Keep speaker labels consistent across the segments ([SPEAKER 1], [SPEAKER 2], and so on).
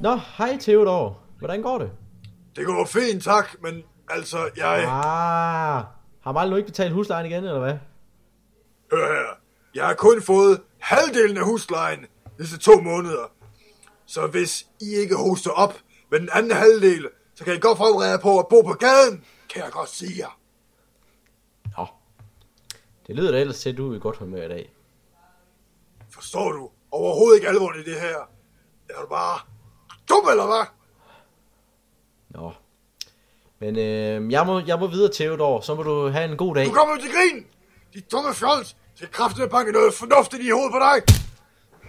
[SPEAKER 1] Nå, hej Theodor. Hvordan går det?
[SPEAKER 2] Det går fint, tak, men altså, jeg...
[SPEAKER 1] Ah, har Marlon ikke betalt huslejen igen, eller hvad?
[SPEAKER 2] Hør her. Jeg har kun fået halvdelen af huslejen disse to måneder. Så hvis I ikke hoster op med den anden halvdel, så kan I godt forberede jer på at bo på gaden, kan jeg godt sige jer.
[SPEAKER 1] Nå. Det lyder da ellers til, at du er i godt humør i dag.
[SPEAKER 2] Forstår du overhovedet ikke alvoren i det her? Er du bare dum, eller hvad?
[SPEAKER 1] Nå. Men øh, jeg, må, jeg må videre, Theodor. Så må du have en god dag.
[SPEAKER 2] Du kommer jo til grin! De dumme fjols skal kraftedeme banke noget fornuftigt i hovedet på dig!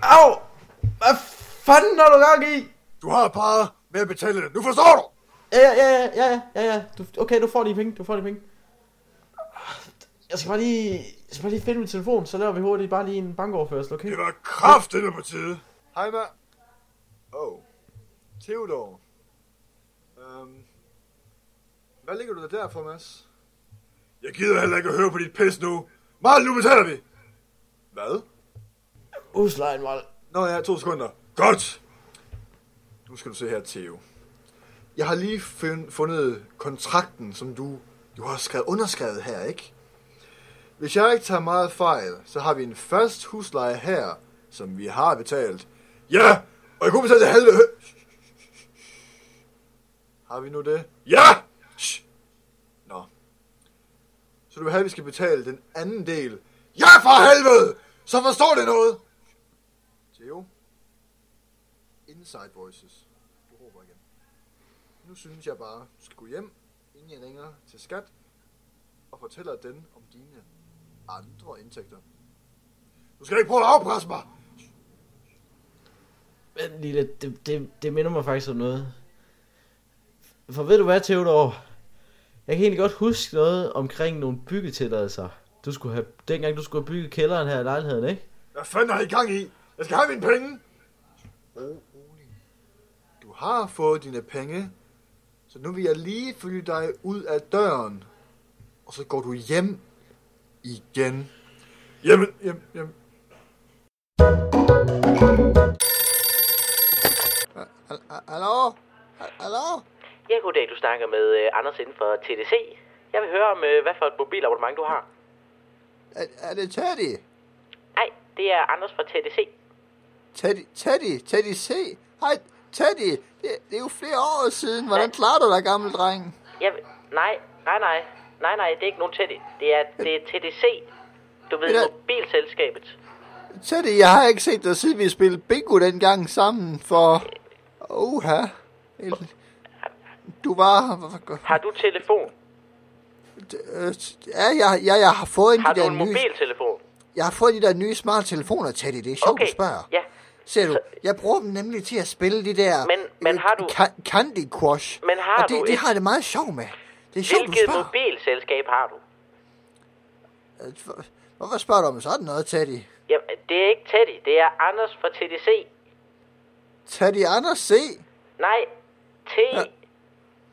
[SPEAKER 1] Au! Hvad fanden har du gang i?
[SPEAKER 2] Du har bare med at betale det. Nu forstår du!
[SPEAKER 1] Ja, ja, ja, ja, ja, ja, ja. Du, okay, du får de penge, du får de penge. Jeg skal bare lige, jeg skal bare lige finde min telefon, så laver vi hurtigt bare lige en bankoverførsel, okay?
[SPEAKER 2] Det var kraftedeme på tide. Hej, mand. Oh. Theodor. Øhm. Hvad ligger du der for, Mads? Jeg gider heller ikke at høre på dit pis nu. Marl, nu betaler vi! Hvad?
[SPEAKER 1] Huslejen, Mal.
[SPEAKER 2] Nå ja, to sekunder. Godt! Nu skal du se her, Theo. Jeg har lige fund- fundet kontrakten, som du, du har skrevet, underskrevet her, ikke? Hvis jeg ikke tager meget fejl, så har vi en fast husleje her, som vi har betalt. Ja, og jeg kunne betale det halve... Har vi nu det? Ja! Shh. Nå. Så du vil have, at vi skal betale den anden del? Ja, for helvede! Så forstår det noget! Theo? Inside Voices. Du råber igen. Nu synes jeg bare, du skal gå hjem, inden jeg ringer til skat, og fortæller den om dine andre indtægter. Du skal ikke prøve at afpresse mig!
[SPEAKER 1] Men lille, det, det, det minder mig faktisk om noget. For ved du hvad, Theodor? Jeg kan egentlig godt huske noget omkring nogle byggetilladelser. Du skulle have, dengang du skulle have bygget kælderen her i lejligheden, ikke?
[SPEAKER 2] Hvad fanden har I gang i? Jeg skal have mine penge! Rolig. Du har fået dine penge, så nu vil jeg lige følge dig ud af døren, og så går du hjem igen. Jamen, hjem, hjem. Hallo? Hallo?
[SPEAKER 3] Ja, goddag. Du snakker med uh, Anders inden for TDC. Jeg vil høre om, uh, hvad for et mobilabonnement du har.
[SPEAKER 2] Er, er det Teddy?
[SPEAKER 3] Nej, det er Anders fra TDC.
[SPEAKER 2] Teddy, Teddy, Teddy C. Hej, Teddy. Det, det er jo flere år siden. Hvordan klarer du dig, gammel dreng?
[SPEAKER 3] Jeg vil... Nej, nej, nej. Nej, nej, det er ikke nogen Teddy. Det er, det er TDC. Du ved,
[SPEAKER 2] Det er-
[SPEAKER 3] mobilselskabet.
[SPEAKER 2] Teddy, jeg har ikke set dig siden vi spillede bingo dengang sammen for... Oha. Du var...
[SPEAKER 3] Har du telefon?
[SPEAKER 2] Øh, Ja, jeg, jeg, jeg har fået en
[SPEAKER 3] Har
[SPEAKER 2] af
[SPEAKER 3] du
[SPEAKER 2] de der
[SPEAKER 3] en
[SPEAKER 2] nye...
[SPEAKER 3] mobiltelefon?
[SPEAKER 2] Jeg har fået de der nye smarttelefoner, Teddy. Det er sjovt,
[SPEAKER 3] Okay,
[SPEAKER 2] du spørger.
[SPEAKER 3] ja.
[SPEAKER 2] Ser du,
[SPEAKER 3] Så-
[SPEAKER 2] jeg bruger dem nemlig til at spille de der...
[SPEAKER 3] Men- men har du-
[SPEAKER 2] Ka- candy Crush.
[SPEAKER 3] Men har
[SPEAKER 2] og det,
[SPEAKER 3] du
[SPEAKER 2] det
[SPEAKER 3] et-
[SPEAKER 2] har jeg det meget sjovt med. Det er sjovt, du
[SPEAKER 3] Hvilket
[SPEAKER 2] spørger.
[SPEAKER 3] mobilselskab har du?
[SPEAKER 2] Øh, hvor- Hvorfor spørger du om sådan noget, Teddy?
[SPEAKER 3] Ja, det er ikke Teddy. Det er Anders fra TDC.
[SPEAKER 2] Teddy Anders C.
[SPEAKER 3] Nej, T.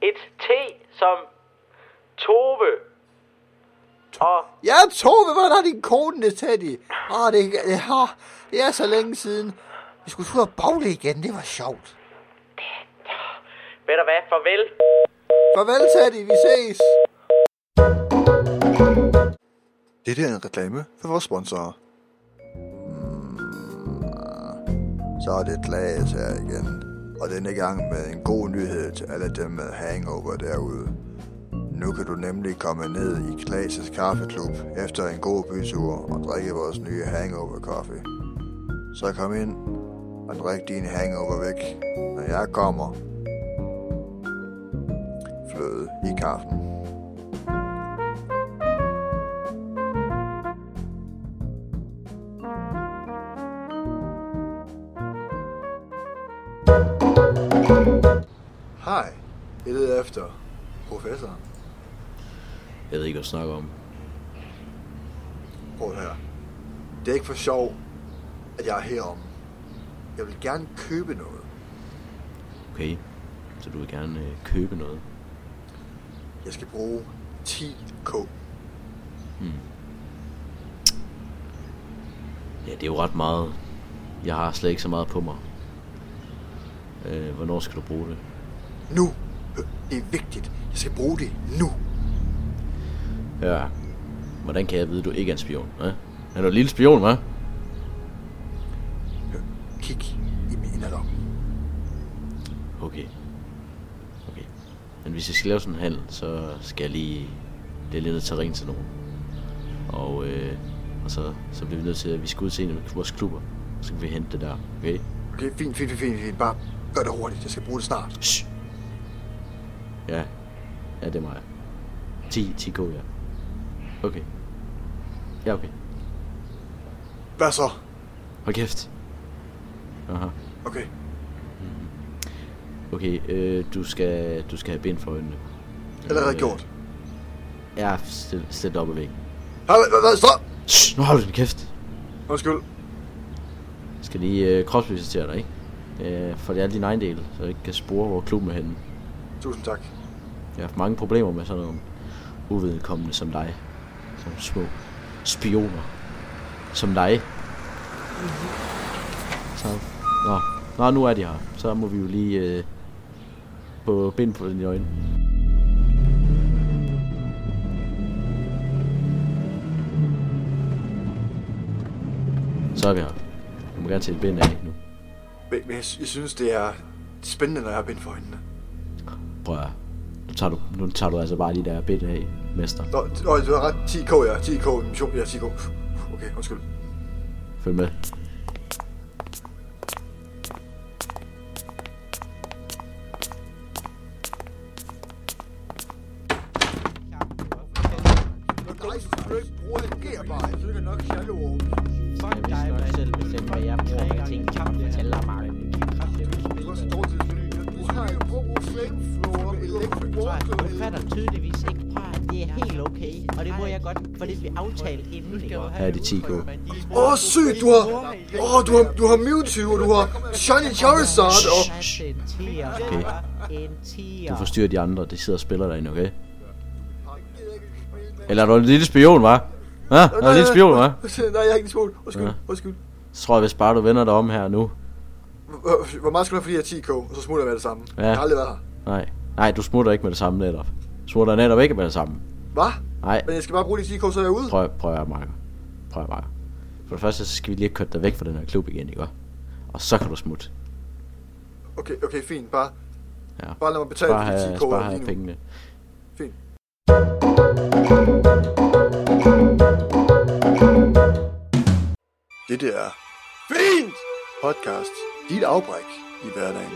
[SPEAKER 3] Et T som Tove. Og
[SPEAKER 2] Ja, Tove, hvordan har din kone det, Teddy? Åh, det, det, åh, det er så længe siden. Vi skulle ud og bagle igen, det var sjovt.
[SPEAKER 3] ved du hvad, farvel.
[SPEAKER 2] Farvel, Teddy, vi ses. Dette er en reklame for vores sponsorer. Mm, så er det Klaas her igen. Og denne gang med en god nyhed til alle dem med hangover derude. Nu kan du nemlig komme ned i Klaas' kaffeklub efter en god bytur og drikke vores nye hangover-kaffe. Så kom ind og drik din hangover væk, når jeg kommer fløde i kaffen. Hej, jeg leder efter professoren.
[SPEAKER 1] Jeg ved ikke, hvad du snakker om.
[SPEAKER 2] Prøv her. Det er ikke for sjov, at jeg er herom. Jeg vil gerne købe noget.
[SPEAKER 1] Okay, så du vil gerne øh, købe noget.
[SPEAKER 2] Jeg skal bruge 10k. Hmm.
[SPEAKER 1] Ja, det er jo ret meget. Jeg har slet ikke så meget på mig. Øh, hvornår skal du bruge det?
[SPEAKER 2] Nu! Øh, Det er vigtigt. Jeg skal bruge det nu.
[SPEAKER 1] Hør, hvordan kan jeg vide, du ikke er en spion? Hva? Er du en lille spion, hva'?
[SPEAKER 2] Kig i min inderlom.
[SPEAKER 1] Okay. Okay. Men hvis jeg skal lave sådan en handel, så skal jeg lige... Det er lidt til at ringe til nogen. Og, øh, og så, så bliver vi nødt til, at vi skal ud til en af vores klubber. Så kan vi hente det der, okay?
[SPEAKER 2] Okay, fint, fint, fint, fint, fint. Bare gør det hurtigt. Jeg skal bruge det snart.
[SPEAKER 1] Shh. Ja. Ja, det er mig. 10, 10 k, ja. Okay. Ja, okay.
[SPEAKER 2] Hvad så?
[SPEAKER 1] Hold kæft. Aha.
[SPEAKER 2] Okay.
[SPEAKER 1] Okay, øh, du skal, du skal have bind for øjnene.
[SPEAKER 2] Allerede
[SPEAKER 1] Øh,
[SPEAKER 2] gjort.
[SPEAKER 1] Ja, stil, stil dig op ad væggen.
[SPEAKER 2] Hvad, hvad, hvad så?
[SPEAKER 1] Shh, nu holder du din kæft.
[SPEAKER 2] Undskyld.
[SPEAKER 1] skal lige øh, kropsvisitere dig, ikke? Øh, for det er din egen del, så jeg ikke kan spore, hvor klubben er henne.
[SPEAKER 2] Tusind tak.
[SPEAKER 1] Jeg har haft mange problemer med sådan nogle uvedkommende som dig. Som små spioner. Som dig. Så, nå. nå, nu er de her. Så må vi jo lige øh, på bind på dine øjne. Så er vi her. Du må gerne tage et bind af nu.
[SPEAKER 2] Men, men jeg, sy- jeg synes, det er spændende, når jeg har bind for øjnene.
[SPEAKER 1] Prøv at høre. nu tager, du, nu tager du altså bare de der bind af, mester.
[SPEAKER 2] Nå, øh, det var ret 10k, ja. 10k, mission, ja, 10k. Okay, undskyld.
[SPEAKER 1] Følg med.
[SPEAKER 2] Nej, så skal du ikke bruge det. Det er bare, jeg synes nok Shadow
[SPEAKER 3] Fuck dig, man. Jeg selv bestemme, hvad jeg bruger med ting. Kan du fortælle dig, Mark?
[SPEAKER 2] Du har så dårlig til Du har jo brugt flameflower, electric
[SPEAKER 3] Du fatter tydeligvis ikke, prøv at det er helt okay. Og det må jeg godt, for det bliver aftalt inden, ikke?
[SPEAKER 1] Her er de 10 k.
[SPEAKER 2] Åh, oh, sygt, du har... Åh, oh, du har, du har Mewtwo, og du har Shiny Charizard, og...
[SPEAKER 3] Shh. En tiger.
[SPEAKER 1] Okay.
[SPEAKER 3] En tiger.
[SPEAKER 1] Du forstyrrer de andre, de sidder og spiller derinde, okay? Eller er du en lille spion, hva'? Hva? Er du en lille spion, hva'?
[SPEAKER 2] Nej, jeg er ikke i skole. Undskyld,
[SPEAKER 1] Ja.
[SPEAKER 2] undskyld.
[SPEAKER 1] Så tror jeg, hvis bare du vender dig om her nu.
[SPEAKER 2] Hvor- Hvor meget skal du have for de her 10k, og så smutter jeg med det samme?
[SPEAKER 1] Ja.
[SPEAKER 2] Jeg har aldrig været her.
[SPEAKER 1] Nej. Nej, du smutter ikke med det samme netop. Smutter netop ikke med det samme.
[SPEAKER 2] Hvad?
[SPEAKER 1] Nej,
[SPEAKER 2] Men jeg skal bare bruge de 10k, så er jeg ude.
[SPEAKER 1] prøv, prøv at Marker. Prøv at Marker. For det første, så skal vi lige have kørt dig væk fra den her klub igen, ikke? Og så kan du smutte.
[SPEAKER 2] Okay, okay, fint. Bare,
[SPEAKER 1] Ja.
[SPEAKER 2] bare lad mig betale
[SPEAKER 1] Bare
[SPEAKER 2] for de 10k
[SPEAKER 1] have, bare have
[SPEAKER 2] lige nu.
[SPEAKER 1] pengene.
[SPEAKER 2] Fint. Det der er Fint Podcast. Dit afbræk i hverdagen.